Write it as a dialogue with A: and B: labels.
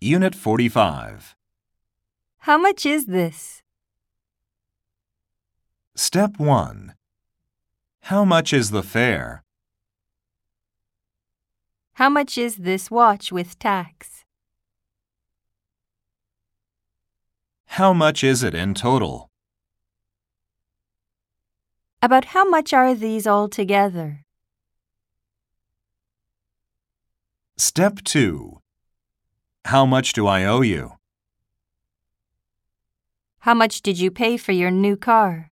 A: Unit 45.
B: How much is this?
A: Step 1. How much is the fare?
B: How much is this watch with tax?
A: How much is it in total?
B: About how much are these altogether?
A: Step 2. How much do I owe you?
B: How much did you pay for your new car?